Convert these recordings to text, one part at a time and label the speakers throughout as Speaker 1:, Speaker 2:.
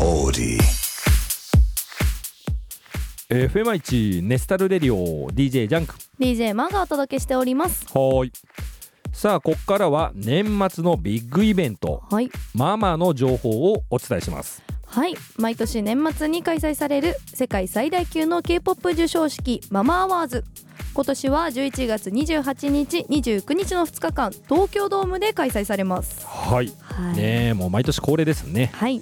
Speaker 1: オーディ
Speaker 2: FM1 ネスタルレディオ DJ ジャンク
Speaker 3: DJ マンがお届けしております
Speaker 2: はーいさあここからは年末のビッグイベント
Speaker 3: はい
Speaker 2: ママの情報をお伝えします
Speaker 3: はい毎年年末に開催される世界最大級の k p o p 授賞式ママアワーズ今年は11月28日29日の2日間東京ドームで開催されます
Speaker 2: はいね
Speaker 3: はい、
Speaker 2: えもう毎年恒例ですね、
Speaker 3: はい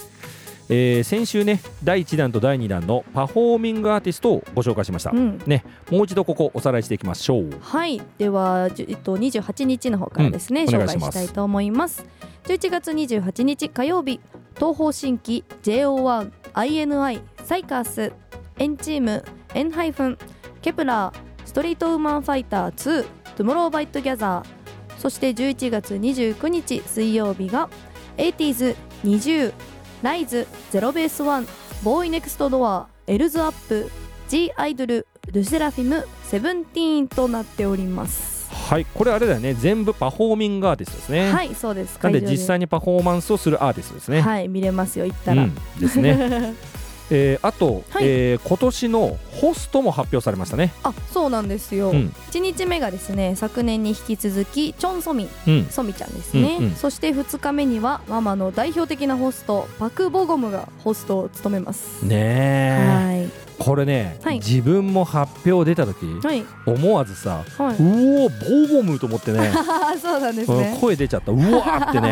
Speaker 2: えー先週ね第1弾と第2弾のパフォーミングアーティストをご紹介しました、
Speaker 3: うん
Speaker 2: ねもう一度ここおさらいしていきましょう
Speaker 3: はい、では、じゅえっと、28日の方からですね、
Speaker 2: うんお願
Speaker 3: 紹
Speaker 2: いし
Speaker 3: 介
Speaker 2: ま
Speaker 3: し
Speaker 2: す
Speaker 3: たいと思います11月28日火曜日東方新規 JO1INI サイカースエンチームエンハイフンケプラーストリートウーマンファイター2トゥモローバイトギャザーそして11月29日水曜日が 80s 20ライズゼロベースワンボーイネクストドアエルズアップ G アイドルルセラフィムセブンティーンとなっております、
Speaker 2: はいこれあれだよね全部パフォーミングアーティストですね、
Speaker 3: はいそうです
Speaker 2: なんで
Speaker 3: 会場
Speaker 2: 実際にパフォーマンスをするアーティストですね、
Speaker 3: はい見れますよ行ったら、
Speaker 2: うん、ですね えーあと、
Speaker 3: はい
Speaker 2: えー今年のホストも発表されましたね
Speaker 3: あそうなんですよ、
Speaker 2: うん
Speaker 3: 1日目がですね昨年に引き続きチョン・ソミン
Speaker 2: うん
Speaker 3: ソミちゃんですね、
Speaker 2: うんうん
Speaker 3: そして2日目にはママの代表的なホストパク・ボゴムがホストを務めます
Speaker 2: ねえ
Speaker 3: はい
Speaker 2: これね、
Speaker 3: はい
Speaker 2: 自分も発表出た時
Speaker 3: はい
Speaker 2: 思わずさ
Speaker 3: は
Speaker 2: う
Speaker 3: い
Speaker 2: おーボーボムと思 ってね
Speaker 3: あーそうなんです
Speaker 2: うん
Speaker 3: ね
Speaker 2: 声出ちゃったうわーって ね、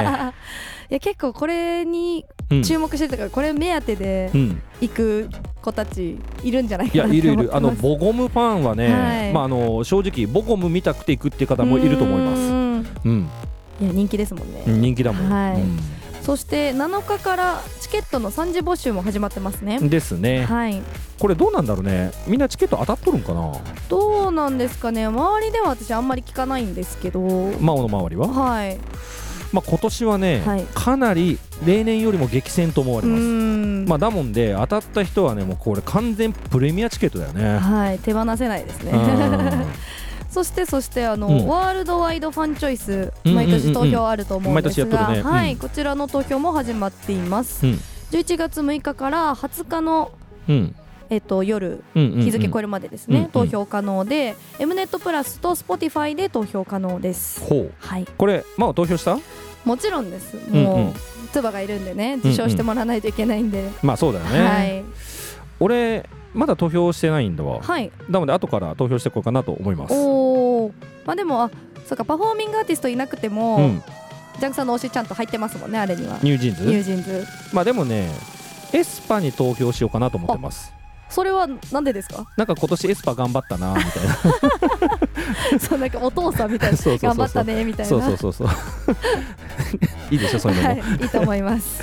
Speaker 3: いや結構これに
Speaker 2: うん
Speaker 3: 注目してたから、これ目当てで
Speaker 2: うん
Speaker 3: 行く子たちいるんじゃない
Speaker 2: い
Speaker 3: かな
Speaker 2: や
Speaker 3: って
Speaker 2: いるい
Speaker 3: 思って
Speaker 2: るあの
Speaker 3: ます
Speaker 2: ボゴムファンはね、
Speaker 3: はい
Speaker 2: まあ、あの正直ボゴム見たくて行くって方もいると思います
Speaker 3: す
Speaker 2: うん、
Speaker 3: いや人気ですもんね、
Speaker 2: 人気だもん、
Speaker 3: はい
Speaker 2: うん
Speaker 3: そして7日からチケットの3次募集も始まってますね、
Speaker 2: ですね、
Speaker 3: はい
Speaker 2: これどうなんだろうねみんなチケット当たっとるんかな
Speaker 3: どうなんですかね周りでは私あんまり聞かないんですけど
Speaker 2: マオの周りは、
Speaker 3: はい
Speaker 2: まあ、今年はね、
Speaker 3: はい
Speaker 2: かなり例年よりも激戦と思わ
Speaker 3: う
Speaker 2: れます、
Speaker 3: ん
Speaker 2: まあ、だもんで当たった人はねもうこれ完全プレミアチケットだよね
Speaker 3: はい手放せないですね
Speaker 2: う
Speaker 3: そしてそしてあの、
Speaker 2: うん
Speaker 3: ワールドワイドファンチョイス
Speaker 2: うん
Speaker 3: 毎年投票あると思うんです
Speaker 2: 毎年やっ
Speaker 3: が、
Speaker 2: とるねうん
Speaker 3: はいこちらの投票も始まっています、
Speaker 2: うん
Speaker 3: 11月6日から20日の
Speaker 2: んうん
Speaker 3: えっと夜
Speaker 2: うんうん
Speaker 3: 日付超え
Speaker 2: れ
Speaker 3: るまでです
Speaker 2: うんう
Speaker 3: ね、
Speaker 2: ん
Speaker 3: 投票可能で、m ネットプラスと Spotify で投票可能です
Speaker 2: ほう
Speaker 3: はい
Speaker 2: これマオ投票した
Speaker 3: もちろんです
Speaker 2: うんう
Speaker 3: も
Speaker 2: ん
Speaker 3: うツバがいるんでね受賞してもらわないといけないんで、
Speaker 2: まあそうだよね、
Speaker 3: はい
Speaker 2: 俺まだ投票してないんだわ
Speaker 3: はい
Speaker 2: なので後から投票していこうかなと思います
Speaker 3: おおまあでもあそうかパフォーミングアーティストいなくても、
Speaker 2: うん、
Speaker 3: ジャンクさんの推しちゃんと入ってますもんねあれには
Speaker 2: ニュージーンズ
Speaker 3: ニュージーンズ
Speaker 2: まあでもねエスパに投票しようかなと思ってます
Speaker 3: それはなんでで すか
Speaker 2: なんか今年エスパ頑張ったなみたい な
Speaker 3: そうなんかお父さんみたいな
Speaker 2: そうそうそうそう
Speaker 3: 頑張ったねみたいな
Speaker 2: そうそうそう そういいでしょそういうのも、
Speaker 3: はいいいと思います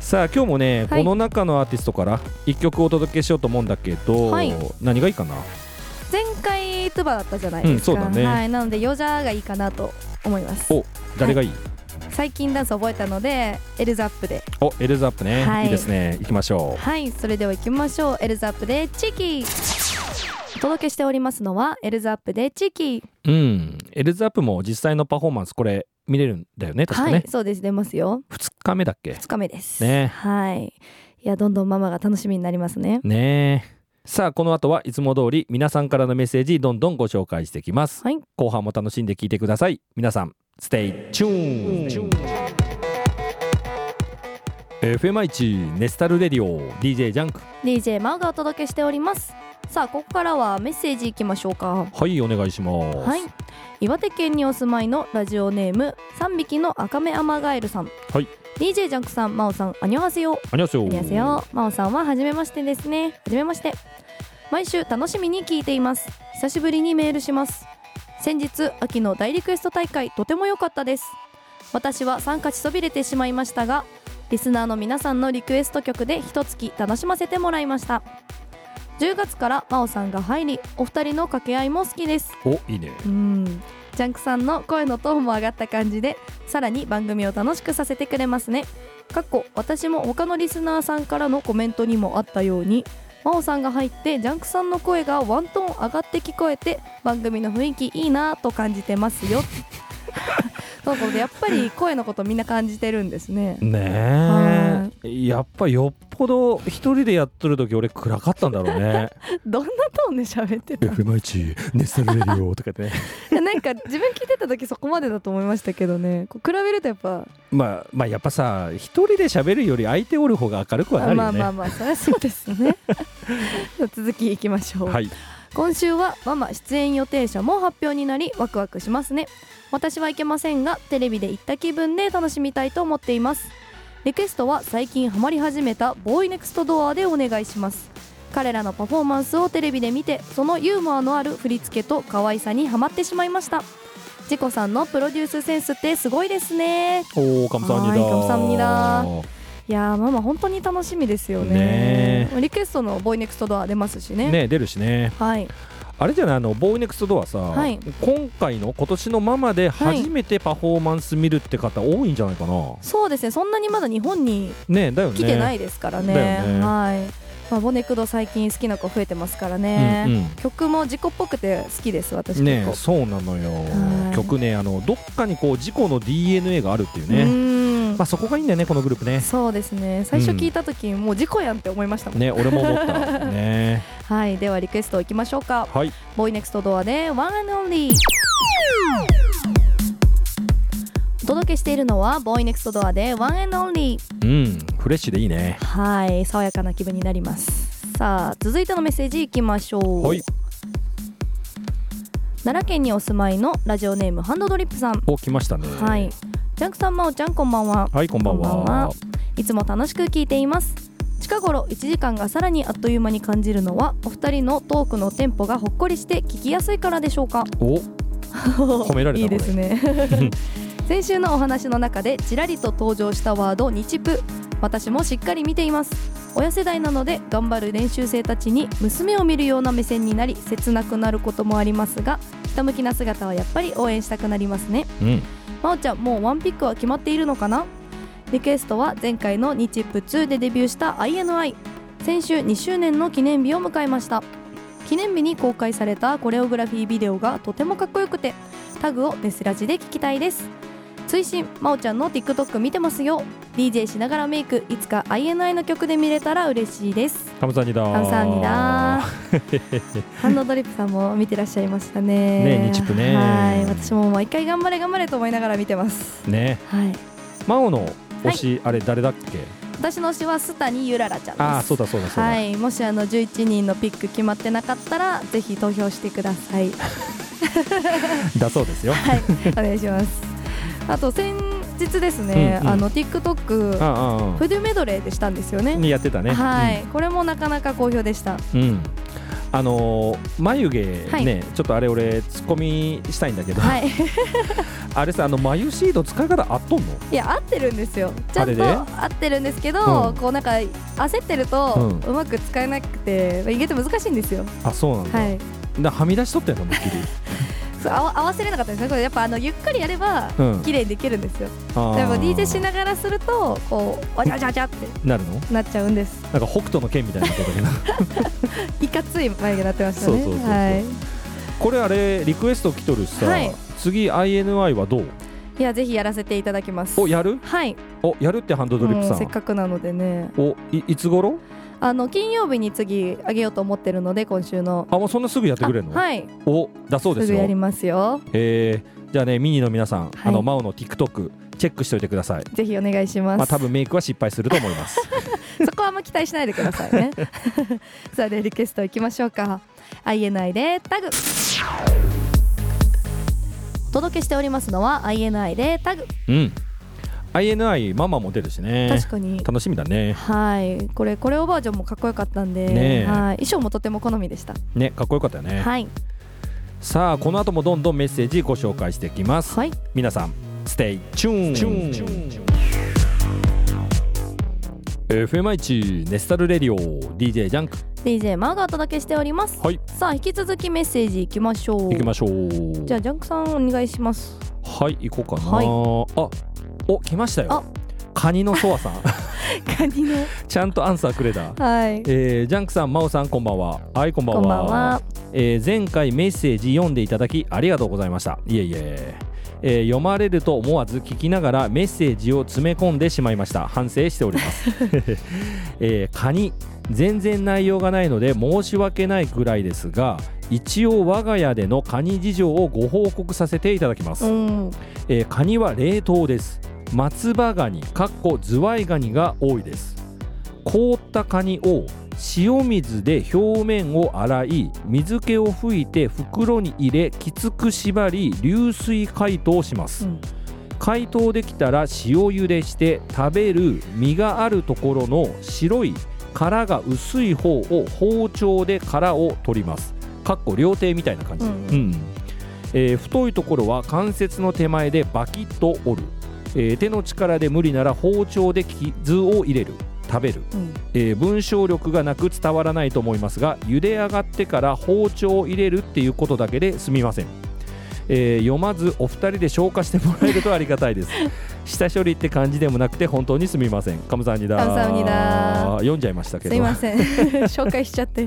Speaker 2: さあ今日もね、
Speaker 3: は
Speaker 2: こ
Speaker 3: い
Speaker 2: の中のアーティストから一曲お届けしようと思うんだけど、
Speaker 3: はい
Speaker 2: 何がいいかな
Speaker 3: 前回トゥバだったじゃないですか、
Speaker 2: うんそうだね
Speaker 3: はいなのでヨジャーがいいかなと思います
Speaker 2: お誰がいい、
Speaker 3: 最近ダンス覚えたのでエルズアップで
Speaker 2: おエルズアップね、
Speaker 3: はい
Speaker 2: い、いですね行きましょう
Speaker 3: はいそれでは行きましょうエルズアップでチキお届けしておりますのはエルズアップでチキ
Speaker 2: うん、エルズアップも実際のパフォーマンスこれ見れるんだよね確かね、
Speaker 3: はいそうです出ますよ
Speaker 2: 2日目だっけ
Speaker 3: 2日目です
Speaker 2: ね
Speaker 3: はいいやどんどんママが楽しみになりますね
Speaker 2: ねえさあこの後はいつも通り皆さんからのメッセージどんどんご紹介していきます、
Speaker 3: はい
Speaker 2: 後半も楽しんで聞いてください皆さん Stay tuned FM1 ネスタルレディオ DJ ジャンク
Speaker 3: DJ マウがお届けしておりますさあここからはメッセージいきましょうか
Speaker 2: はいお願いします
Speaker 3: はい岩手県にお住まいのラジオネーム3匹の赤目アマガエルさん
Speaker 2: はい
Speaker 3: DJ ジャンクさんマオさんアニョハセヨ
Speaker 2: こんにちは
Speaker 3: こんにちはまおさんは初めましてですね初めまして毎週楽しみに聞いています久しぶりにメールします先日秋の大リクエスト大会とても良かったです私は参加しそびれてしまいましたがリスナーの皆さんのリクエスト曲で一月楽しませてもらいました10月からまおさんが入りお二人の掛け合いも好きです
Speaker 2: おいいね
Speaker 3: うんジャンクさんの声のトーンも上がった感じでさらに番組を楽しくさせてくれますねかっこ私も他のリスナーさんからのコメントにもあったように真央さんが入ってジャンクさんの声がワント ーン上がって聞こえて番組の雰囲気いいなぁと感じてますよということでやっぱり声のことみんな感じてるんですね。
Speaker 2: ねえやっぱよっぽど一人でやっとる時俺暗かったんだろう ね
Speaker 3: どんなトーンで喋って
Speaker 2: 「
Speaker 3: たの
Speaker 2: FMH ネスタルレディオ」とかってね
Speaker 3: いやなんか自分聞いてた時そこまでだと思いましたけどねこう比べるとやっぱ、
Speaker 2: まあまあやっぱさ一人で喋るより相手おる方が明るくはな
Speaker 3: あ
Speaker 2: る
Speaker 3: ま
Speaker 2: よ
Speaker 3: あまあ
Speaker 2: ね
Speaker 3: まあそりゃそうで すねじゃあ続きいきましょう、
Speaker 2: はい
Speaker 3: 今週はママ出演予定者も発表になりワクワクしますね私はいけませんがテレビで行った気分で楽しみたいと思っていますリクエストは最近ハマり始めたボーイネクストドアでお願いします彼らのパフォーマンスをテレビで見てそのユーモアのある振り付けと可愛さにハマってしまいましたジコさんのプロデュースセンスってすごいですね
Speaker 2: おおかむさんにだ
Speaker 3: はいかむさんにだいやーママ本当に楽しみですよねリクエストのボーイネクストドア出ますしね
Speaker 2: ね出るしね
Speaker 3: はい
Speaker 2: あれじゃないあのボーイネクストドアさ、
Speaker 3: はい
Speaker 2: 今回の今年のママで初めてパフォーマンス見るって方多いんじゃないかな、
Speaker 3: そうですねそんなにまだ日本に
Speaker 2: ねだよね
Speaker 3: 来てないですからね
Speaker 2: だよね
Speaker 3: はい、まあ、ボネクド最近好きな子増えてますからね、
Speaker 2: う
Speaker 3: 曲も自己っぽくて好きです私
Speaker 2: んうん、
Speaker 3: 結構、
Speaker 2: ねそうなのよ、
Speaker 3: はい
Speaker 2: 曲ねあのどっかにこう自己の DNA があるっていう
Speaker 3: う
Speaker 2: ね、
Speaker 3: ーん
Speaker 2: まあ、そこがいいんだよねこのグループね
Speaker 3: そうですね最初聞いた時、もう事故やんって思いましたもん、
Speaker 2: ね俺も思ったね
Speaker 3: はいではリクエストいきましょうか
Speaker 2: はい
Speaker 3: ボーイネクストドアで One and Only お届けしているのはボーイネクストドアで One and Only
Speaker 2: うんフレッシュでいいね
Speaker 3: はい爽やかな気分になりますさあ続いてのメッセージいきましょう、
Speaker 2: はい
Speaker 3: 奈良県にお住まいのラジオネームハンドドリップさん
Speaker 2: お来ましたね
Speaker 3: はいジャンクさんまおちゃんこんばんは
Speaker 2: はいこんばんは
Speaker 3: こんばんはいつも楽しく聞いています近頃1時間がさらにあっという間に感じるのはお二人のトークのテンポがほっこりして聞きやすいからでしょうか
Speaker 2: お
Speaker 3: 褒
Speaker 2: められた
Speaker 3: いいですね 先週のお話の中でちらりと登場したワード日プ私もしっかり見ています親世代なので頑張る練習生たちに娘を見るような目線になり切なくなることもありますがひたむきな姿はやっぱり応援したくなりますね
Speaker 2: うん
Speaker 3: まおちゃんもうワンピックは決まっているのかなリクエストは前回の日プ2でデビューした INI 先週2周年の記念日を迎えました記念日に公開されたコレオグラフィービデオがとてもかっこよくてタグをメスラジで聞きたいです追伸まおちゃんの TikTok 見てますよ DJ しながらメイクいつか INI の曲で見れたら嬉し いです
Speaker 2: カムさんにだ
Speaker 3: 感謝にだハンドドリップさんも見てらっしゃいましたね
Speaker 2: ね日プね
Speaker 3: はい私も毎回頑張れ頑張れと思いながら見てます
Speaker 2: ね
Speaker 3: はい
Speaker 2: マオの推し、あれ誰だっけ
Speaker 3: 私の推しはスタニゆららちゃんです
Speaker 2: ああそうだそうだそうだ、
Speaker 3: はいもしあの11人のピック決まってなかったらぜひ投票してくだ さい
Speaker 2: だそうですよ
Speaker 3: はいお願いしますあと先日ですね、
Speaker 2: うんうん
Speaker 3: あの TikTok
Speaker 2: ああ
Speaker 3: フドゥメドレーでしたんですよ
Speaker 2: あ
Speaker 3: ね
Speaker 2: にやってたね
Speaker 3: はい、これもなかなか好評で した
Speaker 2: うん、うんあのー眉毛ね、
Speaker 3: はい
Speaker 2: ちょっとあれ俺ツッコミしたいんだけど、
Speaker 3: はい
Speaker 2: あれさあの眉シード使い方合っとんの
Speaker 3: いや合ってるんですよちゃ
Speaker 2: あ
Speaker 3: ん
Speaker 2: れ
Speaker 3: と
Speaker 2: で
Speaker 3: 合ってるんですけど、
Speaker 2: うん
Speaker 3: こうなんか焦ってると
Speaker 2: う
Speaker 3: うまく使えなくて、意外と難しいんですよ
Speaker 2: あそうなんだ、
Speaker 3: はい
Speaker 2: なはみ出しとったよな思いっきり、
Speaker 3: そう合わ合わせれなかったですねこれやっぱあのゆっくりやれば
Speaker 2: うん、
Speaker 3: 綺麗にできるんですよ
Speaker 2: あー
Speaker 3: でも DJ しながらするとこうわちゃわちゃわちゃって
Speaker 2: なるの
Speaker 3: なっちゃうんです
Speaker 2: なんか北斗の剣みたいなことだけど
Speaker 3: いかつい眉毛になってました
Speaker 2: そ
Speaker 3: ね
Speaker 2: うそうそうそう
Speaker 3: はい
Speaker 2: これあれリクエスト来とるしさ、
Speaker 3: はい
Speaker 2: 次 INI はどう
Speaker 3: いやぜひやらせていただきます
Speaker 2: おやる
Speaker 3: はい
Speaker 2: おやるってハンドドリップ
Speaker 3: も
Speaker 2: さ
Speaker 3: うせっ
Speaker 2: ん
Speaker 3: かくなのでね
Speaker 2: おいいつ頃
Speaker 3: あの金曜日に次あげようと思ってるので今週の
Speaker 2: あもうそんなすぐやってくれるの、
Speaker 3: あはい
Speaker 2: おだそうですす
Speaker 3: ぐ
Speaker 2: よ
Speaker 3: やりますよ
Speaker 2: えーじゃあねミニの皆さん、あ
Speaker 3: は
Speaker 2: の
Speaker 3: い
Speaker 2: マオの TikTok チェックしておいてください
Speaker 3: ぜひお願いします、
Speaker 2: まあ多分メイクは失敗すると思います
Speaker 3: そこはあんま期待しないでくださ いねさあでリクエストいきましょうか INI でタグお届けしておりますのは INI でタグ
Speaker 2: うん INI ママも出るしね
Speaker 3: 確かに
Speaker 2: 楽しみだね
Speaker 3: はい、これこれオバージョンもかっこよかったんで、
Speaker 2: ねえ
Speaker 3: はい、衣装もとても好みでした。
Speaker 2: ねかっこよかったよね、
Speaker 3: はい、
Speaker 2: さあこの後もどんどんメッセージご紹介していきます、
Speaker 3: はい、
Speaker 2: 皆さん Stay tuned FMI1 ネスタルレディオ DJ ジャンク
Speaker 3: DJ マーがお届けしております。
Speaker 2: はい
Speaker 3: さあ引き続きメッセージいきましょう。
Speaker 2: 行きましょう
Speaker 3: じゃあジャンクさんお願いします。
Speaker 2: はい行こうかな、
Speaker 3: はい
Speaker 2: あお来ました
Speaker 3: あ
Speaker 2: よカニのソワさん
Speaker 3: カニの
Speaker 2: ちゃんとアンサーくれた
Speaker 3: はい。
Speaker 2: えージャンクさん、マオさん、こんばんは。はい、こんばん
Speaker 3: こ
Speaker 2: は。
Speaker 3: んばんは。
Speaker 2: えー前回メッセージ読んでいただきありがとうございました。いえいえ。えー読まれると思わず聞きながらメッセージを詰め込んでしまいました反省しておりますえーカニ全然内容がないので申し訳ないぐらいですが一応我が家でのカニ事情をご報告させていただきます、
Speaker 3: うん
Speaker 2: えーカニは冷凍です松葉ガニかっこズワイガニが多いです凍ったカニを塩水で表面を洗い水気を拭いて袋に入れきつく縛り流水解凍します、
Speaker 3: うん
Speaker 2: 解凍できたら塩茹でして食べる身があるところの白い殻が薄い方を包丁で殻を取りますかっこ料亭みたいな感じ、
Speaker 3: う
Speaker 2: うんんえー太いところは関節の手前でバキッと折る、えー手の力で無理なら包丁で傷を入れる食べる、
Speaker 3: うん
Speaker 2: えー文章力がなく伝わらないと思いますが茹で上がってから包丁を入れるっていうことだけですみません、えー読まずお二人で消化してもらえるとありがたい です下処理って感じでもなくて本当にすみませんカムサハニダ
Speaker 3: カムサハニダ
Speaker 2: 読んじゃいましたけ
Speaker 3: す
Speaker 2: ど
Speaker 3: いませ ん紹介しちゃって、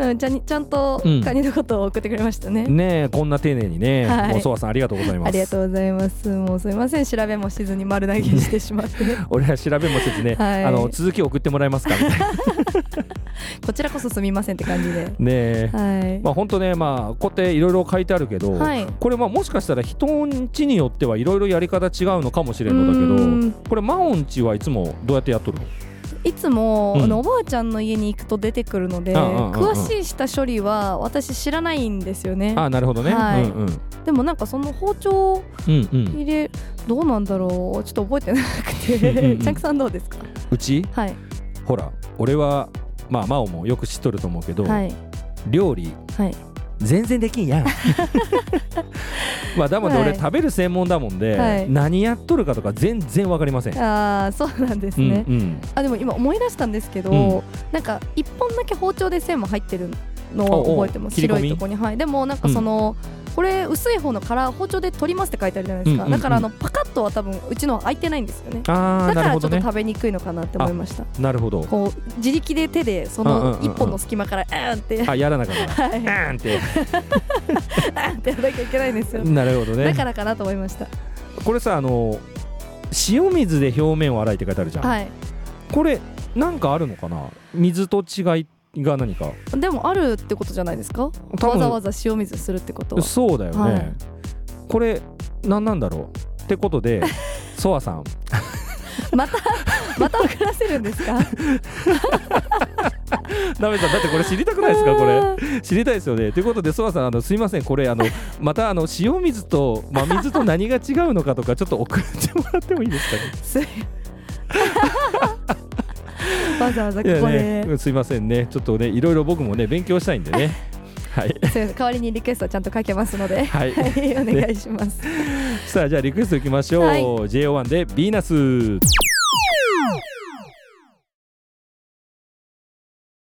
Speaker 3: うん、ちゃんちゃんと
Speaker 2: うん
Speaker 3: カニのことを送ってくれましたね、
Speaker 2: ねえこんな丁寧にね、
Speaker 3: はい
Speaker 2: もうソワさんありがとうございます
Speaker 3: ありがとうございますもうすいません調べもしずに丸投げしてし まって
Speaker 2: 俺は調べもせずね、
Speaker 3: はい
Speaker 2: あの続き送ってもらえますかみたいな
Speaker 3: こちらこそすみませんって感じで
Speaker 2: ねえ、
Speaker 3: はい、
Speaker 2: まあ本当ねまあこうやっていろいろ書いてあるけど、
Speaker 3: はい
Speaker 2: これまあもしかしたら人んちによってはいろいろやり方違うのかもしれんのだけど、
Speaker 3: うん
Speaker 2: これマオンちはいつもどうやってやっとるの
Speaker 3: いつも、
Speaker 2: うん
Speaker 3: あのおばあちゃんの家に行くと出てくるので、
Speaker 2: うんうんうんうん
Speaker 3: 詳しい下処理は私知らないんですよね
Speaker 2: ああなるほどね、
Speaker 3: はい
Speaker 2: うんうんうん
Speaker 3: でもなんかその包丁を
Speaker 2: うん
Speaker 3: 入れどうなんだろうちょっと覚えてなく
Speaker 2: うんうんう
Speaker 3: て
Speaker 2: ん
Speaker 3: ちゃんくさんどうですか
Speaker 2: うち
Speaker 3: はい
Speaker 2: ほら俺はまあマオンもよく知っとると思うけど、
Speaker 3: はい
Speaker 2: 料理
Speaker 3: はい
Speaker 2: 全然できん やんまあだもんで
Speaker 3: はい
Speaker 2: 俺食べる専門だもんで、
Speaker 3: はい
Speaker 2: 何やっとるかとか全然わかりません、
Speaker 3: ああそうなんですね、
Speaker 2: うんうん
Speaker 3: あでも今思い出したんですけど、
Speaker 2: うん
Speaker 3: なんか一本だけ包丁で線も入ってるのを覚えてま
Speaker 2: お
Speaker 3: す
Speaker 2: うおう切り込
Speaker 3: 白
Speaker 2: み
Speaker 3: いとこにはいでもなんかその、これ薄い方の殻包丁で取りますって書いてあるじゃないですか、
Speaker 2: うんうんうん
Speaker 3: だからあのパカッとは多分うちのは開いてないんですよね
Speaker 2: ああ
Speaker 3: だか
Speaker 2: なる
Speaker 3: ら
Speaker 2: ほ
Speaker 3: ち
Speaker 2: ど
Speaker 3: ょっと
Speaker 2: ね
Speaker 3: 食べにくいのかなって思いました、
Speaker 2: なるほど
Speaker 3: こう自力で手でそ
Speaker 2: うんうんうん
Speaker 3: の
Speaker 2: うん
Speaker 3: 一本の隙間からあーんって、
Speaker 2: あやらなかった
Speaker 3: はい
Speaker 2: あーんって
Speaker 3: あーんってやらなきゃいけないんですよ、
Speaker 2: なるほど
Speaker 3: だ
Speaker 2: ね
Speaker 3: からかなと思いました
Speaker 2: これさあの塩水で表面を洗いって書いてあるじゃん、
Speaker 3: はい
Speaker 2: これなんかあるのかな水と違いが何か
Speaker 3: でもあるってことじゃないですか
Speaker 2: 多
Speaker 3: わ
Speaker 2: 分
Speaker 3: ざわざ塩水するってことは
Speaker 2: そうだよね、
Speaker 3: はい
Speaker 2: これ何なんだろうってこと でソワさん
Speaker 3: ま たまた送らせるんですか
Speaker 2: ダメだだってこれ知りたくないですかこれ知りたいですよねということでソワさんあのすいませんこれあのまたあの塩水と真水と何が違うのかとかちょっと送ってもらってもいいですかね
Speaker 3: すいわざわざこ
Speaker 2: いや
Speaker 3: こで、
Speaker 2: ねうんすいませんねちょっとねいろいろ僕もね勉強したいんで ねはい
Speaker 3: すいません代わりにリクエストはちゃんと書けますので、は
Speaker 2: はい
Speaker 3: い、お願いします。
Speaker 2: さあじゃあリクエストいきましょう、
Speaker 3: はい
Speaker 2: JO1 で「ヴィーナス」